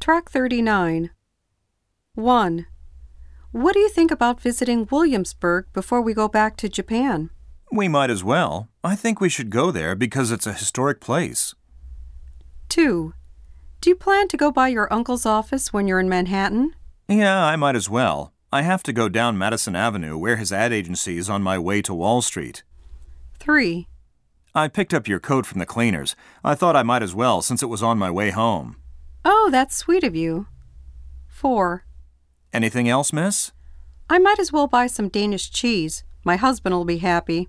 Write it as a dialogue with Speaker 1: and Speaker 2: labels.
Speaker 1: Track 39. 1. What do you think about visiting Williamsburg before we go back to Japan?
Speaker 2: We might as well. I think we should go there because it's a historic place.
Speaker 1: 2. Do you plan to go by your uncle's office when you're in Manhattan?
Speaker 2: Yeah, I might as well. I have to go down Madison Avenue where his ad agency is on my way to Wall Street.
Speaker 1: 3.
Speaker 2: I picked up your coat from the cleaners. I thought I might as well since it was on my way home.
Speaker 1: Oh, that's sweet of you. 4.
Speaker 2: Anything else, miss?
Speaker 1: I might as well buy some Danish cheese. My husband will be happy.